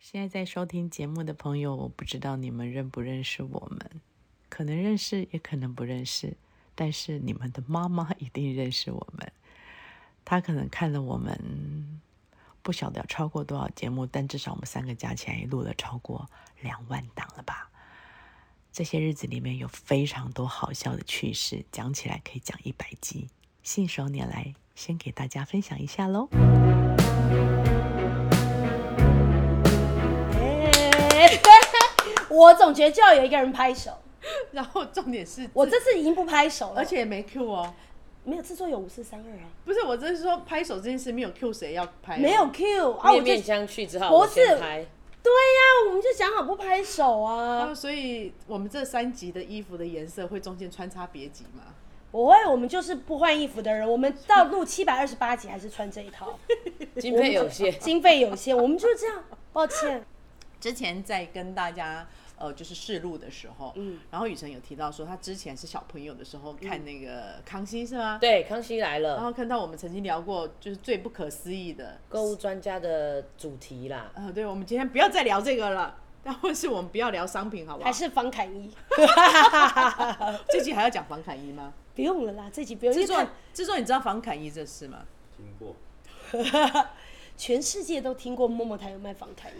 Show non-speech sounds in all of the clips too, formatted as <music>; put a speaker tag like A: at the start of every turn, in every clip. A: 现在在收听节目的朋友，我不知道你们认不认识我们，可能认识，也可能不认识。但是你们的妈妈一定认识我们，她可能看了我们不晓得超过多少节目，但至少我们三个加起来也录了超过两万档了吧。这些日子里面有非常多好笑的趣事，讲起来可以讲一百集。信手拈来，先给大家分享一下喽。
B: <laughs> 我总觉得就要有一个人拍手，
C: 然后重点是，
B: 我这次已经不拍手了，
C: 而且也没 Q 哦，
B: 没有制作有五四三二啊，
C: 不是我真是说拍手这件事没有 Q 谁要拍，
B: 没有 Q 啊，我就对
D: 面面相觑，只好
B: 不
D: 我先
B: 是
D: 拍。
B: 呀、我们就讲好不拍手
C: 啊，
B: 啊，
C: 所以我们这三集的衣服的颜色会中间穿插别集吗？
B: 不会，我们就是不换衣服的人，我们到录七百二十八集还是穿这一
C: <laughs>
B: 套，
D: 经费有限，
B: 经费有限，我们就是这样，抱歉，
C: 之前在跟大家呃就是试录的时候，嗯，然后雨辰有提到说他之前是小朋友的时候看那个康熙是吗？。
D: <laughs> 对，康熙来
C: 然
B: 哦
D: 了，
C: 后看到我们曾经聊过，就是最不可思议的，
D: 购物专家的主题啦，
C: 呃，对，我们今天不要再聊这个了， <laughs> 但或是我们不要聊商品好不好？
B: 还是房凯一，
C: 这集还要讲房侃一吗？
B: 不用了啦，这集不用，因
C: 制
B: 为
C: 作
B: 看
C: 制作，你知道房侃一这事吗？
E: 经过，
B: 全世界都听过默默台有卖房凯一，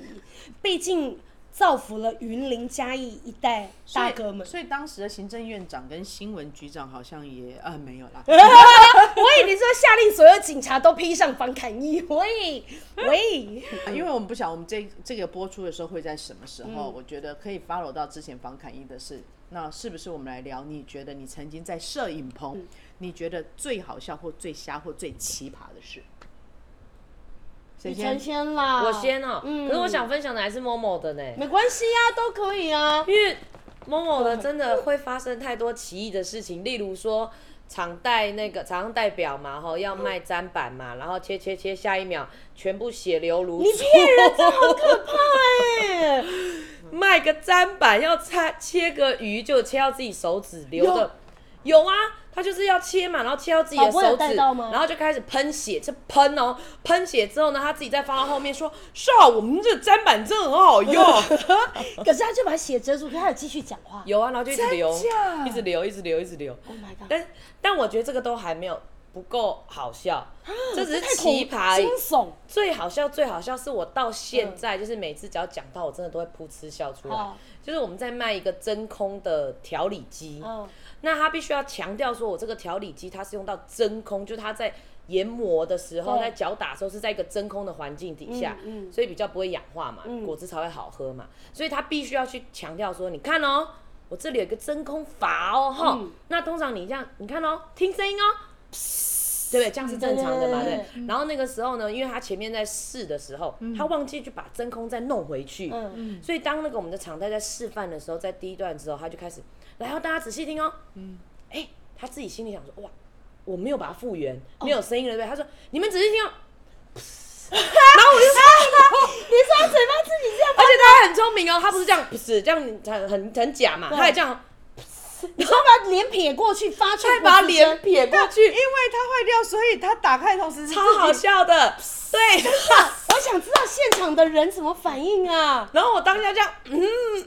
B: 毕竟造福了云林嘉义一带大哥们。
C: 所以当时的行政院长跟新闻局长好像也呃没有
B: <laughs>
C: 啦，
B: 我以为你说下令所有警察都披上防砍衣，喂喂，
C: 啊因为我们不晓得我们这这个播出的时候会在什么时候，
B: 嗯
C: 我觉得可以 follow 到之前房侃一的事。那是不是我们来聊？你觉得你曾经在摄影棚，
B: 嗯
C: 你觉得最好笑或最瞎或最奇葩的事？谁
B: 你成
C: 先？
B: 仙啦，
D: 我先哦、
B: 嗯
D: 可是我想分享的还是 Momo 的呢，
B: 没哦关系啊，都可以啊，
D: 因为 Momo 的真的会发生太多奇异的事情，例如说。厂代那个厂商代表嘛，吼要卖砧板嘛，然后切切切，下一秒全部血流如注。
B: 你骗人，这好可怕哎、
D: 卖个砧板要切切个鱼，就切到自己手指流
B: 有
D: 的。有啊，他就是要切嘛，然后切到自己
B: 老
D: 的
B: 婆有
D: 手
B: 带
D: 指，
B: 到吗
D: 然后就开始喷血，就喷哦，喷血之后呢，他自己再放到后面说：“少，我们这砧板真的很
B: <laughs>
D: 好用。
B: <laughs> 可是他就把血遮住，可他有继续讲话”。
D: 有啊，然后就一直流
C: 假，
D: 一直流，一直流，一直流。
B: Oh my god！
D: 但但我觉得这个都还没有不够好笑，这只是
B: 啊太恐
D: 奇葩而已
B: 惊。悚。
D: 最好笑，最好笑是我到现在，就是每次只要讲到，我真的都会噗嗤笑出来。
B: 哦
D: 就是我们在卖一个真空的调理机，
B: 嗯，
D: 那他必须要强调说，我这个调理机它是用到真空，就是它在研磨的时候，
B: 对
D: 在搅打的时候是在一个真空的环境底下，
B: 嗯嗯
D: 所以比较不会氧化嘛，
B: 嗯
D: 果汁才会好喝嘛。所以他必须要去强调说，你看哦，我这里有一个真空阀哦，哈、
B: 嗯
D: 那通常你这样，你看哦，听声音哦。对不对？这样是正常的嘛？
B: 嗯对对
D: 对
B: 对。
D: 然后那个时候呢，因为他前面在试的时候，他忘记去把真空再弄回去。
B: 嗯
D: 所以当那个我们的厂代在示范的时候，在第一段之后，他就开始，然后大家仔细听哦，嗯，哎、他自己心里想说，哇，我没有把它复原，
B: 哦
D: 没有声音了，对不对？他说，你们仔
B: <laughs>
D: 细听哦，
B: <laughs> 你说他嘴巴自己
D: <laughs>
B: 这样，
D: 而且他还很聪明哦，他不是这样，不是这样很很很假嘛，他还这样，
B: 你说把脸撇过去，发出
D: 他还把
B: 噗嗤
D: 脸
B: 声，
D: 撇过
C: 因
D: 去
C: 为，它坏掉，所以它打开的同时是
D: 超
C: 自己
D: 好笑的，对。
B: 啊我想知道现场的人怎么反应啊！
D: 然后我当下这样，嗯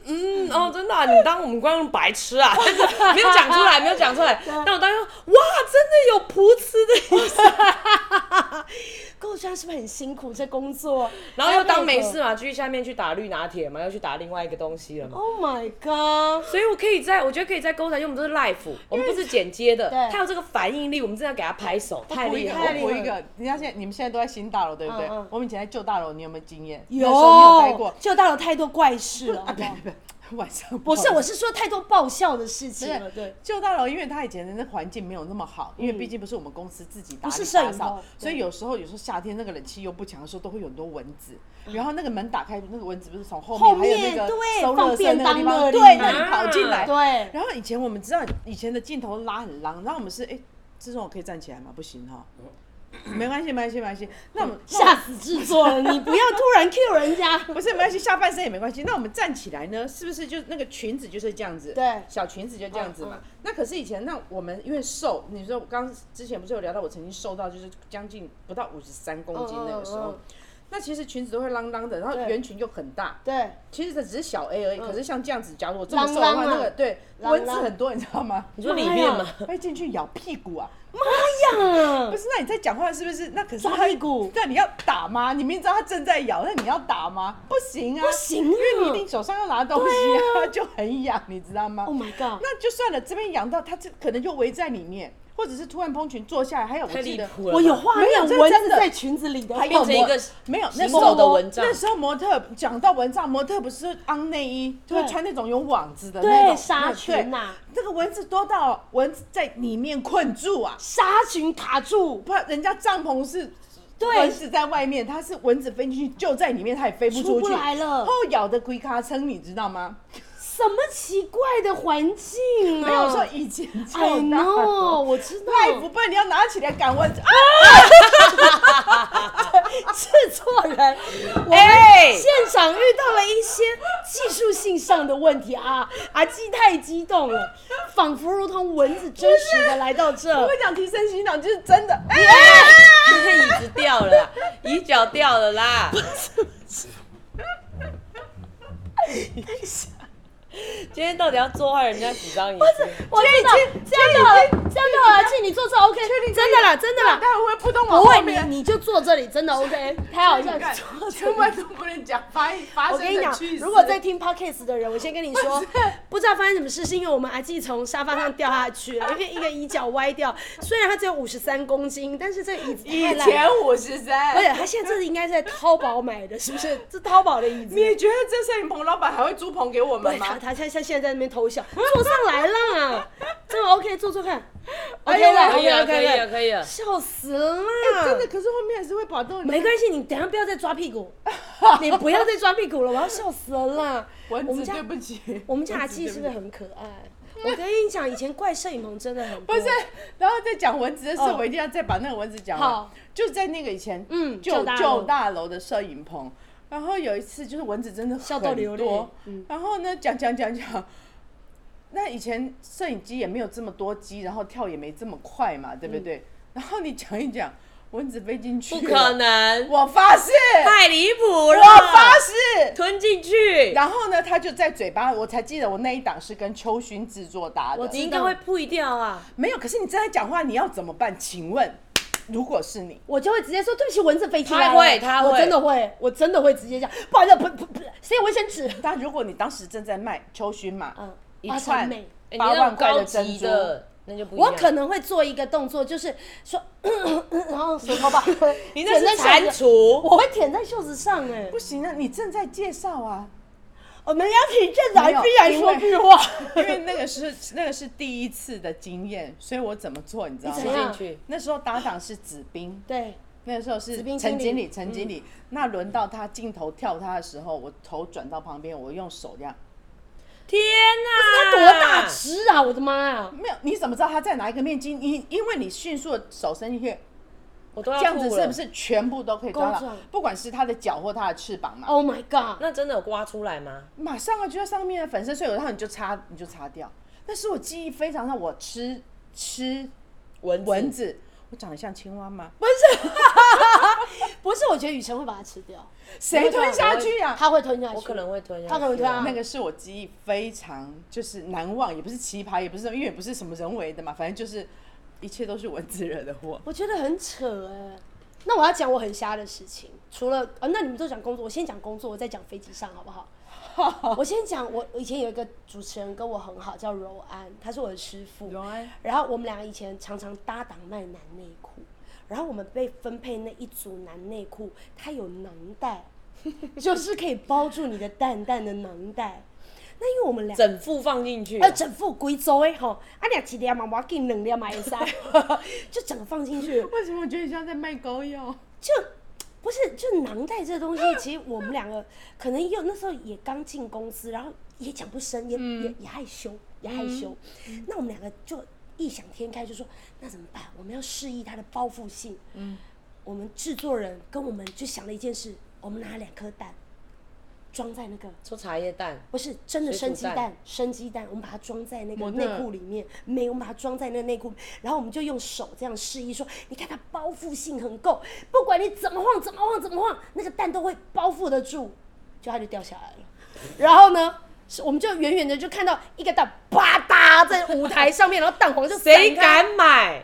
D: 嗯，哦，真的啊、你当我们观众白痴
B: <laughs>
D: 啊？但是没有讲出来，没有讲出来。但我当时说，哇，真的有噗嗤
B: <laughs>
D: 的意思。
B: 购专是不是很辛苦这工作？
D: 然后又当没
B: 还要配合
D: 事嘛，继续下面去打绿拿铁嘛，又去打另外一个东西了嘛。
B: Oh my god！
D: 所以我可以在，我觉得可以在勾仔，因为我们都是 live，我们不是剪接的
B: 对，哦
D: 他有这个反应力，我们真的要给他拍手，太
C: 补一
D: 厉
C: 个，
D: 害
C: 我
D: 了。
C: 补一个。人家现在你们现在都在新大楼，对不对？
B: 嗯嗯
C: 我们以前在旧大楼，你有没有经验？
B: 有
C: 那时候你有待过？啊
B: 就到了太多怪事
C: <laughs>
B: 了，好不好？
C: 晚上
B: 哦不是，
C: 好
B: 我是说太多爆笑的事情了，
C: 不是
B: 对。
C: 旧大楼，因为它以前的那环境没有那么好，因为毕竟不是我们公司自己
B: 嗯
C: 打
B: 不
C: 理
B: 是摄
C: 打
B: 影
C: 扫
B: 楼，
C: 所以有时候有时候夏天那个冷气又不强的时候，都会有很多蚊子。然后那个门打开，那个蚊子不是从后
B: 啊后
C: 还有
B: 面
C: 那个
B: 对
C: 收
B: 放
C: 垃圾
B: 便
C: 那个
B: 当
C: 地
B: 那
C: 方，
B: 里
C: 对，那里
D: 啊
C: 跑进来。
B: 对，
C: 然后以前我们知道以前的镜头拉很浪，然后我们是哎，这种我可以站起来吗？不行哈，
B: 哦
C: 没关系，没关系，没关系。那我们那我们
B: 吓死制作了！你不要突然 Q 人家，
C: <laughs> 不是没关系，下半身也没关系。那我们站起来呢，是不是就那个裙子就是这样子？
B: 对
C: 小裙子就这样子嘛。
B: 嗯
C: 那可是以前，那我们因为瘦，你说我刚之前不是有聊到，我曾经瘦到就是将近不到五十三公斤那个时候。
B: 嗯嗯嗯
C: 那其实裙子都会啷啷的，然后
B: 对
C: 圆裙又很大，
B: 对，
C: 其实它只是小 A 而已。可是像这样子，假如我这么瘦的
B: 啷啷
C: 话，
B: 啊
C: 那个对
B: 啷啷
C: 蚊子很多，你知道吗？ <laughs>
D: 你说里面吗
C: 妈呀会进去咬屁股啊！
B: 哎呀
C: 不，是，那你在讲话是不是？那可是
B: 抓
C: 它
B: 屁股
C: 那你要打吗？你明知道它正在咬，那你要打吗？不行啊，
B: 不行啊
C: 因为你一定手上要拿东西啊，就很痒，你知道吗
B: Oh my god！
C: 那就算了，这边痒到它这可能就围在里面，或者是突然蓬裙坐下来，还有我
D: 太
C: 记
D: 离
C: 得。
D: 谱了吧。
B: 我有画
C: 没有
B: 面，
C: 这
B: 蚊
C: 真
B: 子
C: 的
B: 在裙子里的，
D: 还变成一
C: 模
D: 个
C: 没有，那
D: 形
C: 时候
D: 状的蚊帐
C: 那时候模特讲到蚊帐，模特不是安内衣，就会
B: 对
C: 穿那种有网子的
B: 对
C: 那种
B: 纱裙呐
C: 对这个蚊子多到蚊子在里面困住啊，
B: 纱裙卡住，
C: 不然人家帐篷是。
B: 对
C: 蚊子在外面，它是蚊子飞进去就在里面，它也飞不
B: 出
C: 出
B: 不
C: 去，
B: 来了
C: 后咬的龟咔撑，你知道吗？
B: 什么奇怪的环境啊？
C: 没有说以前就
B: I
C: 那
B: know，我知道，
C: 赖不笨，你要拿起来赶蚊子啊！
B: 制作人，我们
D: 哎
B: 现场遇到了一些技术性上的问题啊！阿基太激动了，仿佛如同蚊子真实的来到
C: 我
B: 这
C: 跟。你讲，提升心脑就是真的。哎、
D: <laughs> 椅子掉了啦，椅脚掉了啦。 <laughs> 今天到底要做坏人家几张椅子？
B: 我知道，这样就好了，这样就好了，庆你坐这 OK，真的啦，真的啦
C: 待，会会不动往
B: 不
C: 后
B: 会你
C: 面。
B: 你就坐这里，真的 OK，太好笑
C: 看
B: 了。
C: <laughs> 全部都不能讲发发
B: 我
C: 生
B: 跟你
C: 的
B: 讲
C: 趣，事。
B: 如果在听 podcast 的人，我先跟你
C: <laughs>
B: 说，不知道发生什么事，是因为我们阿纪从沙发上掉下去
C: <laughs>
B: 了，因为一个椅脚歪掉。虽然他只有五十三公斤，但是这椅子太
C: 以
B: 烂
C: 前五十
B: 而且
C: 三，
B: 他现在这是应该是在淘宝买的，是不
C: <laughs>
B: 是？这淘宝的椅子。
C: 你觉得这摄影棚老板还会租棚给我
B: 对
C: 们
B: 他，
C: 吗？
B: 他现在现在在那边偷笑，坐上来啦，这个 OK，坐坐看
C: 哎
B: ，OK
C: 呀
B: 啦
D: 可以了，
B: ，OK
D: 可以了，
B: OK，
D: 可以了。
B: 笑死了
C: 真
B: 啦
C: 的，！可是后面还是会跑动。
B: 没关系，你等一下不要再抓屁
C: <laughs>
B: 股，你不要再抓屁股了，我要笑死了啦！我
C: 蚊
B: 们
C: 子，
B: 家
C: 对不起。
B: 我们家阿纪是不是很可爱？我跟你讲，以前怪摄影棚真的很
C: 不
B: 多
C: 是，然后再讲蚊子的事，
B: 哦
C: 我一定要再把那个蚊子讲完
B: 好。
C: 就在那个以前，
B: 嗯旧
C: 旧
B: 大楼
C: 旧大楼的摄影棚，然后有一次就是蚊子真的
B: 笑到流
C: 很
B: 泪
C: 多
B: 嗯，
C: 然后呢讲讲讲讲。那以前摄影机也没有这么多机，然后跳也没这么快嘛，对不
B: 嗯
C: 对？然后你讲一讲，蚊子飞进去，
D: 不可，能，
C: 我发誓，
D: 太离谱
C: 我
D: 了！
C: 发誓，
D: 吞进去，
C: 然后呢，他就在嘴巴，我才记得我那一档是跟秋勋制作搭
B: 我
C: 的
B: 知，
D: 你应该会吐掉啊！
C: 没有。可是你正在讲话，你要怎么办？请问，如果是你，
B: 我就会直接说对不起，蚊子飞进来了。
D: 他会他会
B: 我真的会，我真的会直接讲，不好意思，不不不，谁有卫生纸？
C: 但如果你当时正在卖秋勋嘛，
B: 嗯，
C: 一
B: 阿三
C: 串
B: 妹
D: 哎你
C: 八
D: 那
C: 万
D: 种
C: 块
D: 高
C: 珍
D: 级
C: 珠，
D: 的，那就不一样。
B: 我可能会做一个动作，就是说，然后手头把，
D: 你
B: 舔在
D: 那是
B: 袖
D: 蟾
B: 子，
D: 蜍，
B: 我会舔在袖子上哎、
C: 不行啊，你正在介绍
B: <laughs>
C: 啊，
B: 我们邀请镇长
C: 没有
B: 必然
C: 因
B: 说
C: 为
B: 句话，
C: 因为那个是那个是第一次的经验，所以我怎么做你知道
B: 你
D: 吃
B: 怎
C: 吗
B: 样？
D: 进去。
C: 那时候搭档是子斌，
B: 对，
C: 那时候是
B: 子斌
C: 陈
B: 经
C: 经
B: 理嗯
C: 理，陈经理。那轮到他镜头跳他的时候，我头转到旁边，我用手这样。
D: 天
B: 他
D: 哪！
B: 多大只啊！我的妈呀、
C: 没有，你怎么知道他在哪一个面筋？你因为你迅速的手伸进去，
D: 我都要
C: 这
D: 吐
C: 样
D: 了
C: 子是不？是全部都可以抓
B: 钩状
C: 到？不管是他的脚或他的翅膀嘛，
B: o h my god！
D: 那真的有刮出来吗？
C: 马上啊就在上面的粉身碎骨，然后你就擦你就擦掉。但是我记忆非常让我吃吃
D: 蚊子
C: 蚊子，我长得像青蛙吗？
B: 不是，我觉得雨辰会把它吃掉，
C: 谁吞下去呀、
B: 他会吞下去。
D: 我可能会吞下去。
B: 他可能会吞啊
C: 那个是我记忆非常就是难忘，也不是奇葩，也不是因为也不是什么人为的嘛，反正就是一切都是蚊子惹的祸。
B: 我觉得很扯哎、那我要讲我很瞎的事情，除了啊，那你们都讲工作，我先讲工作，我再讲飞机上好不
C: <laughs>
B: 好？我先讲，我我以前有一个主持人跟我很好，叫柔安，他是我的师傅。
C: 荣安，
B: 然后我们俩以前常常搭档卖男内裤，然后我们被分配那一组男内裤，它有囊
C: <laughs>
B: 袋，就是可以包住你的蛋蛋的囊袋。那因为我们俩
D: 呃整副放进去啊
B: 要。整副规组的吼，啊俩一粒嘛，我要给两粒嘛会使，就整个放进去。
C: 为什么我觉得你像在卖膏药？
B: 就不是就囊袋这东西，其实我们两个可能也有那时候也刚进公司，然后也讲不深，也、也也害羞，也害羞。那我们两个就异想天开，就说那怎么办？我们要示意它的包覆性。嗯，我们制作人跟我们就想了一件事，我们拿两颗蛋。装在那个
D: 说茶叶蛋，
B: 不是真的
D: 水
B: 生
D: 煮
B: 鸡
D: 蛋
B: 蛋，生鸡蛋，我们把它装在那个
C: 模特
B: 内裤里面，没有，我们把它装在那个内裤，然后我们就用手这样示意说，你看它包覆性很够，不管你怎么晃，怎么晃，怎么晃，那个蛋都会包覆得住，就它就掉下来了。然后呢，是我们就远远的就看到一个蛋啪嗒在舞台上面，然后蛋黄就散开
D: 谁敢买？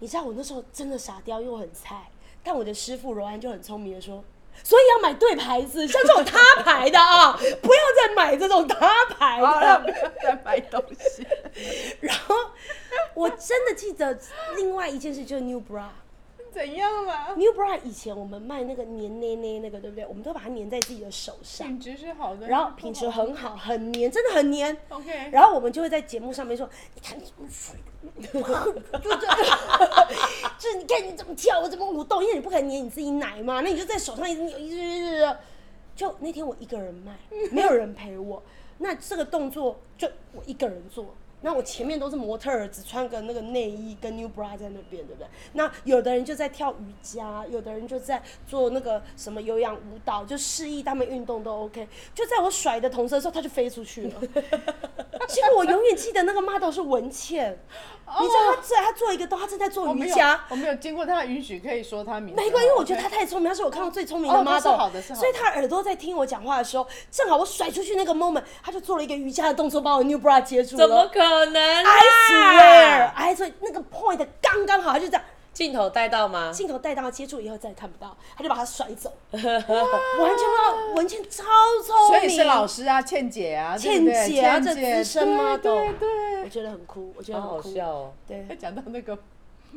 B: 你知道我那时候真的傻掉，因为我很菜。但我的师傅柔安就很聪明的说，所以要买对牌子，像这种他牌的
C: <laughs>
B: 啊，不要再买这种他牌
C: 好 <laughs> 了，不
B: 的。啊
C: 要再买东西。
B: 然后我真的记得另外一件事就是 New Bra。
C: 怎样啊啦？
B: New Bra 以前我们卖那个粘捏捏那个，对不对？我们都把它粘在自己的手上，
C: 品质是好的，
B: 然后品质很好，很粘，真的很粘。
C: OK。
B: 然后我们就会在节目上面说，你看你怎么水，就就就是你看你怎么跳，我怎么舞动，因为你不可能捏你自己奶嘛，那你就在手上一直扭，一直一直一直。就那天我一个人卖，没有人陪我，那这个动作就我一个人做。那我前面都是模特儿，只穿个那个内衣跟 new bra 在那边，对不对？那有的人就在跳瑜伽，有的人就在做那个什么有氧舞蹈，就示意他们运动都 OK。就在我甩的同时的时候，他就飞出去
C: <laughs>
B: 了。结果我永远记得那个 model 是文倩，你知道她在她做一个动，她正在做
C: 我哦没
B: 瑜
C: 有
B: 伽，，
C: 我没有经过他的允许，可以说他名字。哦
B: 没关系，因为我觉得
C: OK
B: 她太聪明，她是我看过最聪明
C: 哦
B: 的
C: 那
B: model，、
C: 是好的是好的
B: 所以她耳朵在听我讲话的时候，正好我甩出去那个 moment，她就做了一个瑜伽的动作，把我 new bra 接住了。
D: 怎么可能啊
B: I swear，I swear，那哎个 point 刚刚好，她就这样
D: 镜头带到吗？
B: 镜头带到她接触以后再也看不到，她就把它甩走，完全不知道文倩超聪
C: 所
B: 明，
C: 以是老师啊，倩姐啊，对
B: 倩
C: 不对
B: 姐啊，这
C: 倩
B: 资深
C: 对
B: model，
C: 对对
B: 我觉得很酷，我觉得
D: 好
B: 很
D: 好
B: 酷，
D: 笑哦。
B: 对
C: 他。讲到那个， <laughs>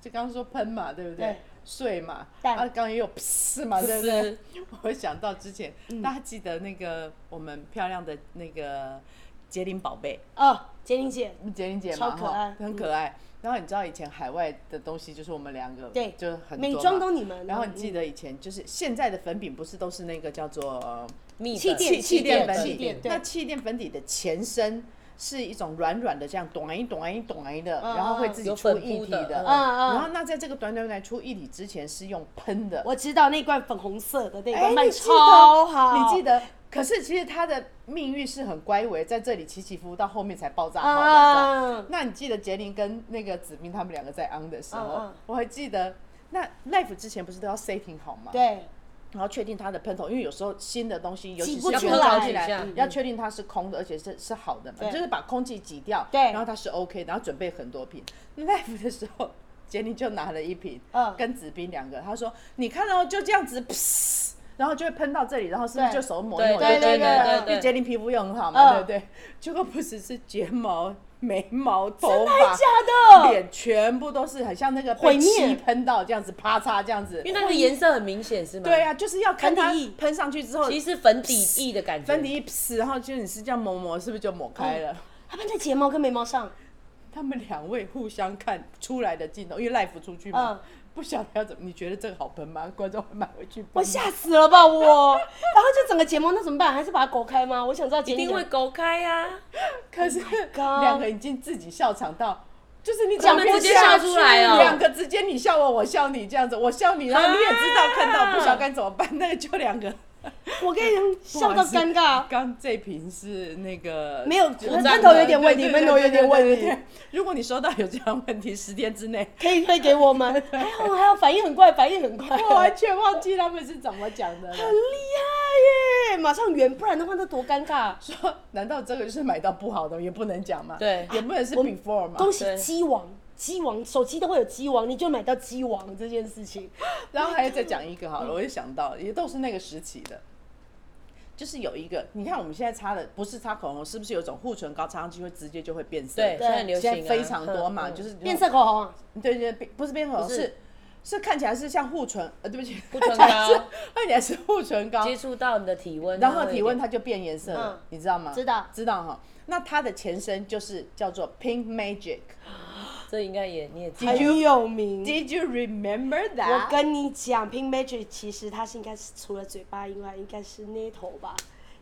C: 就刚刚说喷嘛，对不
B: 对
C: 对？碎嘛，
B: 蛋
C: 啊，刚刚也有 <laughs> 噗嘛，对不
D: 噗
C: 对？我想到之前，
B: 嗯
C: 大家记得那个我们漂亮的那个杰林宝贝，
B: 哦，杰玲姐，
C: 杰林姐
B: 超
C: 嘛，
B: 可爱嗯
C: 哈，很可爱。然后你知道以前海外的东西就是我们两个，
B: 对
C: 就是很
B: 美
C: 多嘛
B: 妆都你们嗯
C: 然后你记得以前就是现在的粉饼不是都是那个叫做呃
D: 蜜
B: 气
D: 粉
B: 垫气
C: 气
B: 垫
C: 粉
B: 气
C: 底
B: 垫，对
C: 那气垫粉底的前身是一种软软的，这样短一短一短一的，然后会自己
D: 有
C: 出
D: 粉
C: 液
D: 扑
C: 体
D: 的
C: 的。
D: 嗯
B: 嗯
C: 然后那在这个短短短出液体之前是用喷的，
B: 我知道那罐粉红色的那
C: 哎
B: 罐卖
C: 你记得
B: 超好，
C: 你记得？可是其实它的命运是很乖微，在这里起起伏伏到后面才爆炸好的。你知道吗
B: 嗯，
C: 那你记得杰林跟那个子明他们两个在 on 的时候，
B: 嗯嗯
C: 我还记得那 life 之前不是都要 setting 好吗？
B: 对，
C: 然后确定它的喷头，因为有时候新的东西，尤其
B: 挤
C: 是
B: 不
C: 要
B: 出
C: 喷头
B: 来
C: 进来
D: 嗯，
C: 要确定它是空的，而且是是好的嘛，
B: 对
C: 就是把空气挤掉，
B: 对
C: 然后它是 OK，然后准备很多瓶。那 live 的时候， <laughs> 杰尼就拿了一瓶，
B: 嗯
C: 跟子斌两个，他说：“你看哦，就这样子， <laughs> 噗然后就会喷到这里，然后是不是
B: 对
C: 就手抹一抹？
D: 对
C: 就觉得
D: 对对对对
C: 因为杰尼皮肤又很好
B: 嗯
C: 嘛，对不对？结果不只是睫毛、眉毛、头发、
B: 假的，
C: 脸，全部都是很像那个
B: 毁
C: 被
B: 灭
C: 气喷到这样子，啪嚓这样子，
D: 因为它的颜色很明显是吗？
C: 对，啊，就是要看它
B: 粉底液
C: 喷上去之后，
D: 其实是粉底液的感觉。
C: 粉底一撕，然后就你是这样抹抹，是不是就抹开了？ <laughs>
B: 它喷在睫毛跟眉毛上，
C: 他们两位互相看出来的镜头，因为 life 出去嘛，
B: 嗯
C: 不晓得要怎么。你觉得这个好喷吗？观众会买回去喷吗？
B: 我吓死了吧我， <laughs> 然后就整个睫毛那怎么办？还是把它勾开吗？我想知道
D: 一
B: 一
D: 定会勾开呀、啊，
C: 可是
B: god
C: 两个已经自己笑场到，就是你
D: 他
C: 讲
D: 们
C: 不
D: 直接
C: 下
D: 笑
C: 去
D: 出来哦。
C: 两个之间你笑我，我笑你，这样子，我笑你，然后你也知道看
D: 啊
C: 到不晓得该怎么办，那个就两个
B: 我跟你讲笑到尴尬，
C: 刚这瓶是那个
B: 没有
D: 就
B: 喷
D: 这样
B: 头有
D: 子
B: 点问题，喷头有点问题，。
C: 如果你收到有这样问题，十天之内，
B: 可以退给我 <laughs> 们，还好还好，反应很快，反应很快，
C: 我完全忘记他们是怎么讲的了。
B: 很厉害耶，马上圆，不然的话那多尴尬。
C: 说难道这个就是买到不好的也不能讲吗？
D: 对
C: 也不能是
B: 我们
C: before 嘛。
B: 恭喜
D: 对
B: 鸡王，鸡王手机都会有鸡王，你就买到鸡王这件事 <laughs> 情。
C: 然后还再讲一个好了，我就想到也都是那个时期的，就是有一个，你看我们现在擦的不是擦口红，是不是有一种护唇膏擦上去会直接就会变色？
D: 对，现在很流
C: 现
D: 行、啊，
C: 在非常多嘛，
D: 嗯嗯
C: 就是
B: 变色口红啊，
C: 对对，对不是变口红
D: 不是
C: 是。是看起来是像护唇，呃，对不起，
D: 护唇膏
C: 看起来是 <laughs> 看起来是护唇膏，
D: 接触到你的体温，啊
C: 然后体温
D: 它
C: 它就变颜色了，
B: 嗯
C: 你知道吗？
B: 知道
C: 知道哈。那它的前身就是叫做 Pink Magic。
D: 嗯这应该也你也记得
B: 很有名。
C: Did you remember
B: 我
C: that？
B: 跟你讲，Pink Magic 其实它是应该是除了嘴巴以外，应该是那头吧，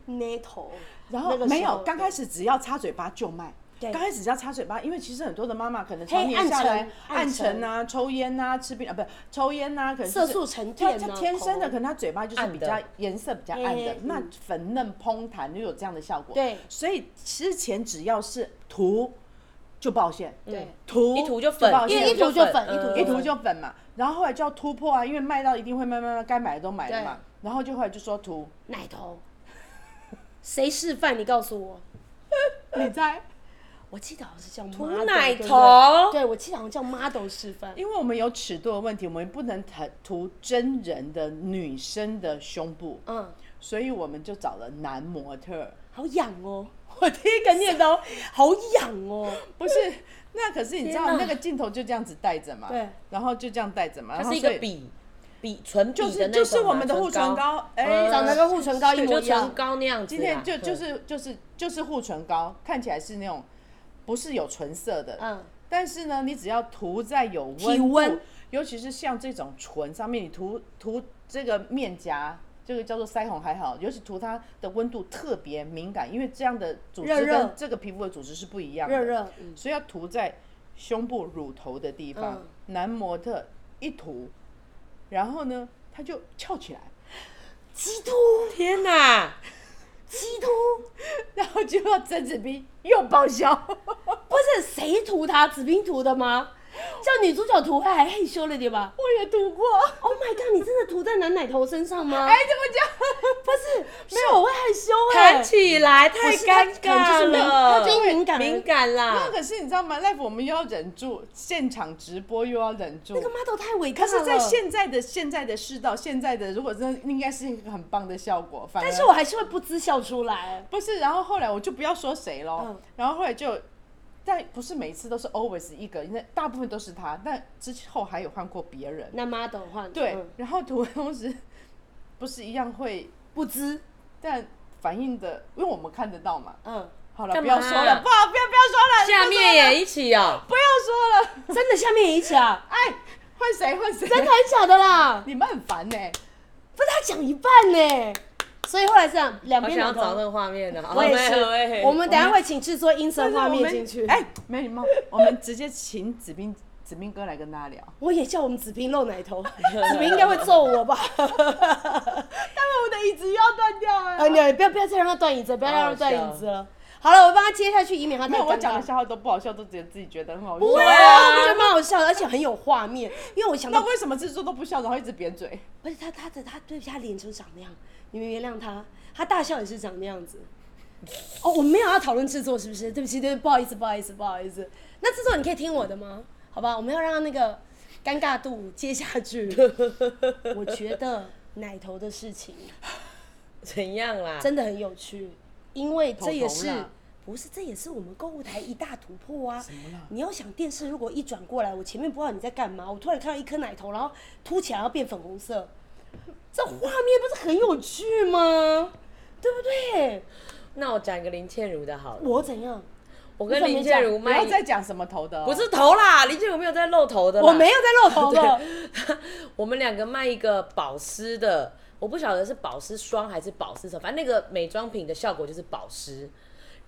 B: 那头。
C: 然后
B: 那个时候
C: 没有，刚开始只要擦嘴巴就卖，
B: 对
C: 刚开始是要擦嘴巴，因为其实很多的妈妈可能
B: 嘿
C: 常年下来
B: 暗沉
C: 暗沉啊、抽烟呐、啊、吃槟啊，不是抽烟呐、啊，可能就是
B: 色素沉淀啊
C: 她她天生的可能她嘴巴就是比较
D: 暗的
C: 颜色比较暗的
B: 嘿，
C: 那
B: 嗯
C: 粉嫩蓬弹就有这样的效果。
B: 对
C: 所以之前只要是涂就爆线，
B: 对，
C: 涂
D: 一涂就粉
C: 爆，
B: 因为
C: 线
B: 一涂就粉
D: 嗯
B: 一
C: 一涂就粉嘛，然后后来就要突破啊，因为卖到一定会慢慢慢该买的都买了嘛
B: 对，
C: 然后就后来就说涂，
B: 奶头，谁示范？你告诉我，
C: 你在，
B: 我记得好像是叫
D: 涂
B: model，对
D: 奶
B: 不对
D: 头
B: 对我记得好像叫 model 示范。
C: 因为我们有尺度的问题，我们不能涂涂真人的女生的胸部，
B: 嗯，
C: 所以我们就找了男模特儿，
B: 好痒哦！我第一个念头好痒哦，<laughs>
C: 不是，那可是你知道
D: 天哪
C: 那个镜头就这样子带着嘛，
B: 对，
C: 然后就这样带着嘛，
D: 它
C: 然后
D: 是一个
C: 所以
D: 笔笔唇笔
C: 就
D: 的
C: 是
D: 那种嘛
C: 就是
B: 啊
C: 我们的护唇
D: 唇，
C: 膏，哎，
B: 长得跟护唇膏一模
D: 就
B: 一样
D: 唇。膏那样子
C: 今
D: 啦。
C: 啊
B: 啊
C: 天就
D: 嗯
C: 就是就是就是护唇膏，看起来是那种不是有唇色的，
B: 嗯，
C: 但是呢，你只要涂在有温度
B: 体温
C: 尤其是像这种唇上面，你涂涂这个面颊，这个叫做腮红还好，尤其涂它的温度特别敏感，因为这样的组织
B: 热热
C: 跟这个皮肤的组织是不一样的，
B: 热热，嗯
C: 所以要涂在胸部乳头的地方。
B: 嗯
C: 男模特一涂，然后呢，它就翘起来，
B: 基督，
D: 天哪，
B: 基督，
C: 然后就要整纸皮又报销。
B: 不是谁涂他？子斌涂的吗？叫女主角涂还害羞了点吧
C: 我也涂过，
B: ？Oh my god！你真的涂在男奶头身上吗？
C: 哎，怎么讲？
B: 不是我会害羞哎、
D: 弹起来太
B: 是它
D: 尴
B: 可能就是
D: 尬
B: 没有它
D: 了，
B: 最敏感了
D: 敏感啦
B: 啊
C: 那。可是你知道吗？Life 我们又要忍住，现场直播又要忍住
B: 那。个 model 太伟大
C: 可
B: 了。
C: 是，在现在的现在的世道，现在的如果真的应该是一个很棒的效果，反而
B: 但是我还是会不知笑出来。
C: 不是。然后后来我就不要说谁喽，
B: 嗯
C: 然后后来就，但不是每一次都是 always 一个，那大部分都是他，但之后还有换过别人。
B: 那 model 换
C: 对，
B: 嗯
C: 然后涂同时不是一样会，
B: 不知，
C: 但反应的，因为我们看得到嘛。
B: 嗯，
C: 好了，
D: 干
C: 不
D: 嘛
C: 要说了，不好，不要不要说了，
D: 下面也一起哦，
C: 不要说了。
B: 真的下面也一起啊？
C: 哎，换谁换谁？
B: 真的还是假的啦？
C: 你们很烦呢、
B: 不是他讲一半呢，所以后来是这样，两
D: 好
B: 边
D: 想要
B: 两
D: 找那
B: 头。
D: 个画面呢。哦
B: 我也
D: 好喂
B: 是，
D: 喂
B: 啊我们等一下会请制作音色画面进去。
C: 哎、，没礼貌，我们直接请子斌子斌哥来跟大家聊。
B: 我也叫我们子平露奶 <laughs> 头，子平应该会揍我 <laughs> 吧？
C: 但是我的椅子又要断掉了、
B: 哎，你不要不要再让他断椅子，不要再让他断
D: 好好笑
B: 椅子了。好了，我帮他接下去，以免他
C: 没
B: 太
C: 有，我
B: 尴
C: 讲的
B: 尬。
C: 笑话都不好笑，都只有自己觉得很好笑。
B: 不会啊，我觉得蛮好笑的，而且很有画面。因为我想到
C: 那为什么制作都不笑，然后一直扁嘴？
B: 不是他，他的他对他脸就长那样，你们原谅他，他大笑也是长那样子。哦，我们没有要讨论制作，是不是？对不起，对，不好意思，不好意思，不好意思。那制作你可以听我的吗？好吧，我们要让那个尴尬度接下去。我觉得奶头的事情
D: 怎样啦？
B: 真的很有趣，因为这也
C: 头
B: 是
C: 头啦
B: 不是这也是我们购物台一大突破啊！
C: 么啦
B: 你要想电视如果一转过来，我前面不知道你在干嘛，我突然看到一颗奶头，然后凸起来要变粉红色，这画面不是很有趣吗？对不对？
D: 那我讲一个林倩如的好了，
B: 我怎样？
D: 哎我跟
B: 你怎么
D: 林倩
B: 讲
D: 如
C: 不
D: 卖
C: 要再讲什么头的、哦，
D: 不是头啦，林倩如没有在露头的啦，
B: 我没有在露头
D: <laughs>
B: 的，
D: 我们两个卖一个保湿的，我不晓得是保湿霜还是保湿什么，反正那个美妆品的效果就是保湿。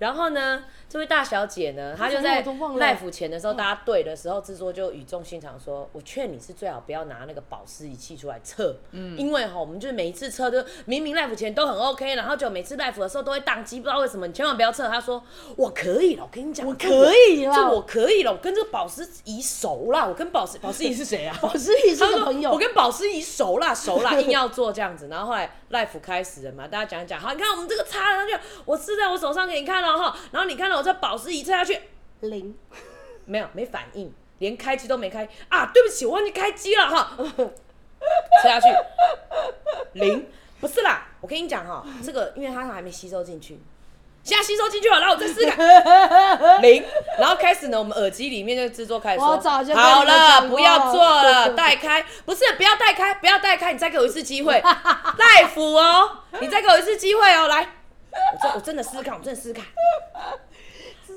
D: 然后呢，这位大小姐
B: 啊
D: 呢，她就在
B: 我都忘了
D: life 前的时候，大家对的时候，制作就语重心长说：“我劝你是最好不要拿那个保湿仪器出来测，嗯，因为哈，我们就是每一次测都明明 life 前都很 OK，然后就每次 life 的时候都会宕机，不知道为什么，你千万不要测。”她说：“我可以了，我跟你讲，
B: 我
D: 这
B: 可以啦
D: 这我可以了，我跟这个保湿仪熟啦，我跟保湿保湿仪是谁啊？
B: <laughs> 我是一是
D: 他就
B: 个
D: 说
B: 朋友，
D: 我跟保湿仪熟
B: <laughs>
D: 啦熟啦，硬要做这样子。然后后来 life 开始了嘛，大家讲一讲，好，你看我们这个擦了上去，我试在我手上给你看了哈，然后你看到我这保湿仪测下去，
B: 零，
D: 没有没反应，连开机都没开啊，对不起，我忘记开机了哈， <laughs> 测下去零，不是啦，我跟你讲哈，这个因为它还没吸收进去。现在吸收进去了，然后我再试试看
B: <laughs>
D: 零，然后开始呢，我们耳机里面就制作开始说，
B: 我早就跟你们
D: 好了，
B: 讲过
D: 不要做了，带开，不是不要带开，不要带开，你再给我一次机
B: <laughs>
D: 会，赖福哦，你再给我一次机会哦，来，我真我真的试试看，我真的试试看，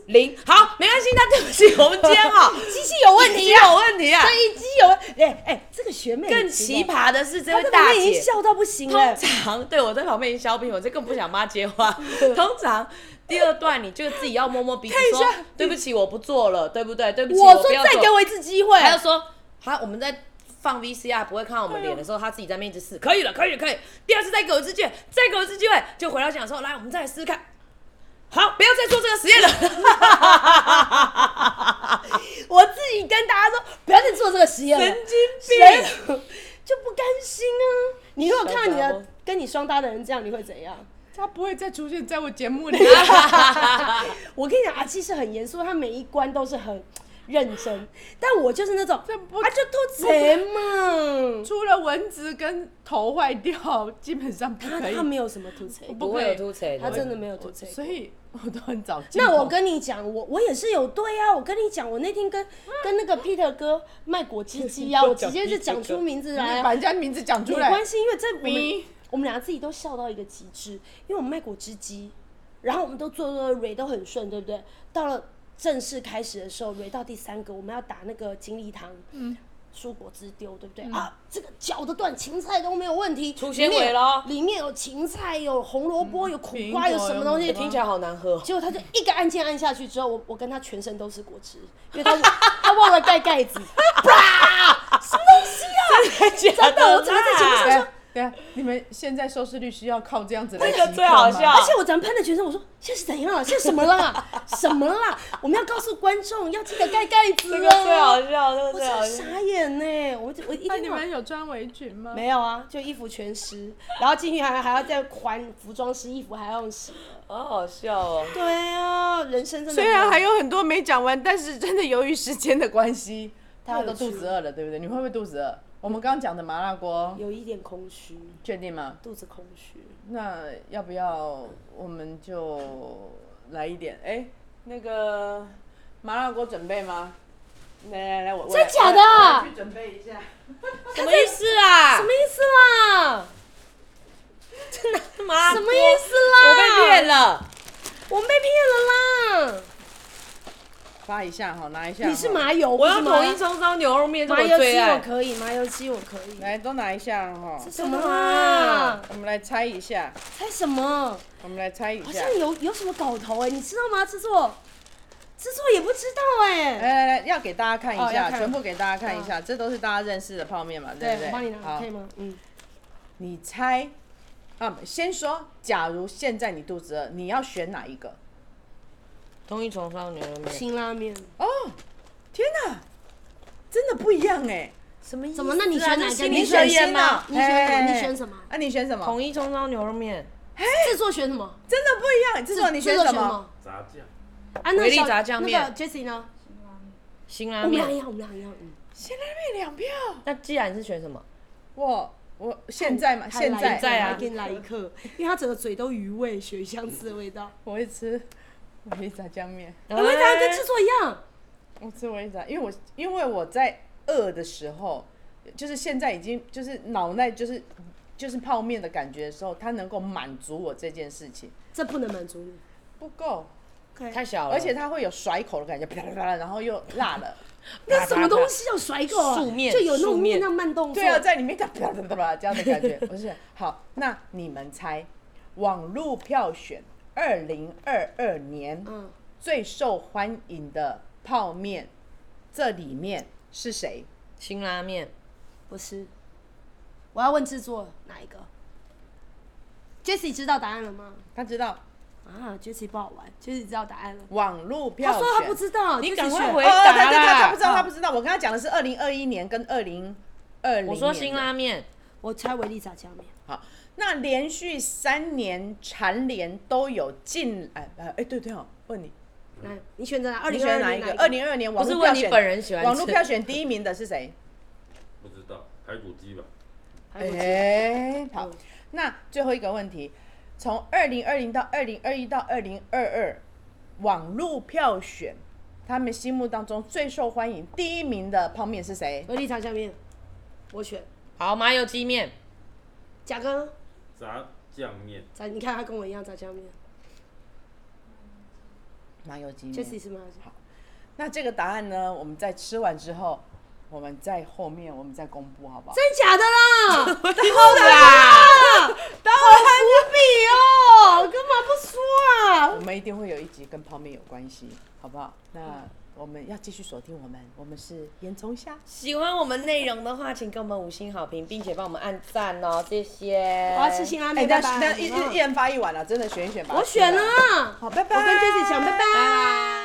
D: 零，好，没关系，那对不起，我们今天
B: <laughs>
D: 哈
B: 机器有问
D: 已
B: 题
D: 经有问题啊
B: 这。一集有问，哎哎，这个学妹
D: 更奇
B: 葩，
D: 葩的是，这
B: 她
D: 位
B: 在旁
D: 大
B: 边已
D: 姐
B: 经笑到不行了
D: 通。常对我在旁边已经削冰，我这更不想妈接话。
B: <laughs>
D: 通常第二段你就自己要摸摸鼻子说
B: 看一下：“
D: 对不起，我不做了，对不对？对不起，
B: 我
D: 不
B: 说
D: 要
B: 再
D: 做
B: 给我一次机会，
D: 还有说，他我们在放 VCR 不会看到我们脸的时候，他自己在那边一直试，可以了，可以了，可以。第二次再给我一次机会，再给我一次机会，就回到讲说，来，我们再来试试看。好，不要再做这个实验 <laughs> 了，
B: 我自己跟大家说，不要再做这个实验了。
D: 神
B: 谁
D: 经
B: 就不甘心啊！你如果看到你
D: 小家伙
B: 的跟你双搭的人这样，你会怎样？
C: 他不会再出现在我节目 <laughs> 里。
B: 我跟你讲，阿七是很严肃，他每一关都是很认真，但我就是那种，
C: 不
B: 啊，就偷贼嘛。
C: 除了蚊子跟头坏掉，基本上不
B: 他
C: 可以
B: 他。没有什么吐贼，
C: 不
D: <laughs> 不
C: 会
D: 会有凸槌
B: 他真
D: 的。
B: 的没有吐贼。
C: 所以我都很早进
B: 那
C: 棚。
B: 我跟你讲，我我也是有对啊。我跟你讲，我那天跟跟那个 Peter 哥卖果汁机
C: <laughs>
B: 啊，我直接就讲出名字来
C: 你
B: 啊
C: 把。人家名字讲出
B: 没
C: 来，
B: 关系，因为这我们
C: 咪
B: 我们俩自己都笑到一个极致，因为我们卖果汁机，然后我们都做做蕊都很顺，对不对？到了正式开始的时候，蕊到第三个，我们要打那个精力汤，嗯，蔬果汁丢，对不对？啊，这个搅的断，芹菜都没有问题，
D: 出纤
B: 里面
D: 维咯
B: 里面有芹菜，有红萝卜，有苦瓜，
C: 苹果
B: 有什么东西？
C: 有
D: 听起来好难喝哦，
B: 结果他就一个按键按下去之后，我我跟他全身都是 <laughs> 果汁，因为他他忘了盖盖子，啪，什么东西啊？
D: 真
B: 真的我怎么在节目上
C: 对啊对啊，你们现在收视率需要靠这样子来
D: 这个
C: 提
D: 最
C: 高
D: 好 <laughs>
C: 吗
D: 笑
B: 而且我咱喷的全身，我说现在是怎样啊了？现在什么了 <laughs> 啦？什么了啦？我们要告诉观众要记得盖盖子
D: 这
B: 啊！
D: 个最好笑，这个
B: 我
D: 最
B: 真
D: 好
B: 的
D: 笑。
B: 傻眼呢、我我一
C: 那
B: 天
C: 你
B: 到晚
C: 们有穿围裙吗？
B: 没有啊，就衣服全湿，然后进去还还要再还服装湿，衣服还要用洗。
D: 好好笑哦！
B: 对啊，人生真的
C: 虽然还有很多没讲完，但是真的由于时间的关系， <laughs> 大家都
B: 太有
C: 肚
B: 趣
C: 子饿了，对不对？你会不会肚子饿？我们刚刚讲的麻辣锅，
B: 有一点空虚，
C: 确定吗？
B: 肚子空虚。
C: 那要不要我们就来一点？哎，那个麻辣锅准备吗？来来来，我我
B: 真
C: 来
B: 假的啊
C: 我来去准备一下。
D: 什么意思啊？
B: 什么意思啦？
D: 妈？啊
B: 什么意思啦？
D: 我被骗，了。
B: 我们被骗了啦！
C: 发一下哈，拿一下哈。
B: 你是麻油，
D: 我
B: 不
D: 要
B: 是吗
D: 统一葱烧牛肉面，这
B: 麻
D: 是
B: 油
D: 我最
B: 鸡，我
D: 爱。
B: 可以，麻油鸡我可以。
C: 来都拿一下哈。
B: 什么啦？
C: 我们来猜一下，
B: 猜什么？
C: 我们来猜一
B: 好
C: 下。
B: 像有有什么搞头哎、你知道吗？制作，制作也不知道哎、
C: 来来来，要给大家看一
B: 哦要
C: 下，
B: 看嗯
C: 全部给大家看一下，这都是大家认识的泡面嘛，对不
B: 我
C: 对？
B: 帮你拿，
C: 好
B: 可以，吗？嗯，
C: 你猜，啊，先说，假如现在你肚子饿，你要选哪一个？
D: 统一葱烧牛肉面。
B: 辛拉面。
C: 哦，天哪，真的不一样哎！
D: 什么意思啊？
B: 怎么那你选哪
D: 这
B: 个
D: 心
B: 你
D: 理
B: 选
D: 测验
B: 先
D: 呐
B: 啊？你选什么
C: 哎
B: 你选什么
C: 啊，你选什么？
D: 统一葱烧牛肉面，
B: 制作选什么？
C: 真的不一样，制作你选
B: 制
C: 什
B: 作
C: 么？？
E: 炸酱，
B: 啊，那
D: 维
B: 个
D: 力
B: 小
D: 炸酱
B: 那
D: 面
B: 个 Jesse 呢？
D: 辛拉
B: 我们俩一
D: 面。
B: 样，我们俩一样。嗯，
C: 咸拉面两票，
D: 那既然是选什么？
C: 我我现在嘛，
B: 还
C: 现在
B: 来
D: 在啊
B: 还给你来一刻，因为他整个嘴都余味、血香汁的味道。
C: 我会吃维力炸酱面，
D: 我
B: 我们俩
D: 哎
B: 跟制作一样，
C: 我吃维力炸，因为我因为我在饿的时候，就是现在已经就是脑袋就是就是泡面的感觉的时候，它能够满足我这件事情
B: 这不能满足你。
C: 不够，
D: 哎太小了，
C: 而且它会有甩口的感觉，啪啦啪啦，然后又辣
B: <laughs>
C: 了。
B: 那什么东西要甩狗啊？
D: 素面
B: 就有那
D: 素
B: 种
D: 面
B: 面那慢动作。
C: 对啊，在里面啪啪啪啪啪这样的感觉，不是好。那你们猜，网络票选二零二二年
B: 嗯，
C: 最受欢迎的泡面，这里面是谁？
D: 辛拉面。
B: 不是，我要问制作哪一个？Jesse 知道答案了吗？
C: 他知道
B: 啊，Jesse 不好玩，Jesse 知道答案了。
C: 网络票
B: 他
C: 选，
B: 说他不知道，
D: 你
B: Jesse
D: 赶快
B: 选
D: 回
C: 哦哦
D: 答
C: 对对对
D: 啦嗯
C: 他不知道，他不知道。我跟他讲的是二零二一年跟二零二零。
D: 我说啊辛拉。面，
B: 我猜维力炸酱面。
C: 好，那连续三年蝉联都有进来，哎哎，对对哦，问你，
B: 来，你选择哪？二
C: 你
B: 零
C: 选
B: 二
C: 哪一
B: 一
C: 个？二零二二年网
D: 不是
C: 络
D: 问
C: 票
D: 你
C: 选，
D: 本人喜欢
C: 网络
D: 吃
C: 票选第一名的是谁？
E: 不知道排骨鸡吧？
B: 还有我猜
C: 哎，好
B: 嗯，
C: 那最后一个问题，从二零二零到二零二一到二零二二，网络票选，他们心目当中最受欢迎第一名的泡面是谁？
B: 维力炸酱面，我选。
D: 好麻油鸡面，
B: 贾哥，
E: 炸酱面，
B: 炸，你看他跟我一样炸酱面。
C: 麻油鸡面。
B: 就是什么？
C: 那这个答案呢，我们在吃完之后，我们在后面我们再公布好不好？
B: 真假的啦？好
C: 后啦，
B: 无比哦，干嘛不说啊？
C: 我们一定会有一集跟泡面有关系，好不好？那我们要继续锁定我们，我们是烟囱虾。
D: 喜欢我们内容的话，请给我们五星好评，并且帮我们按赞哦，谢谢。
B: 我要吃辛哎拉面，
C: 哎但
B: 拜拜嗯
C: 是啊但一一一人发一碗了，真的选一选吧。
B: 我选
C: 了，
B: 了，
C: 好，拜
B: 我
C: 拜。
B: 跟 Jessie 讲拜拜。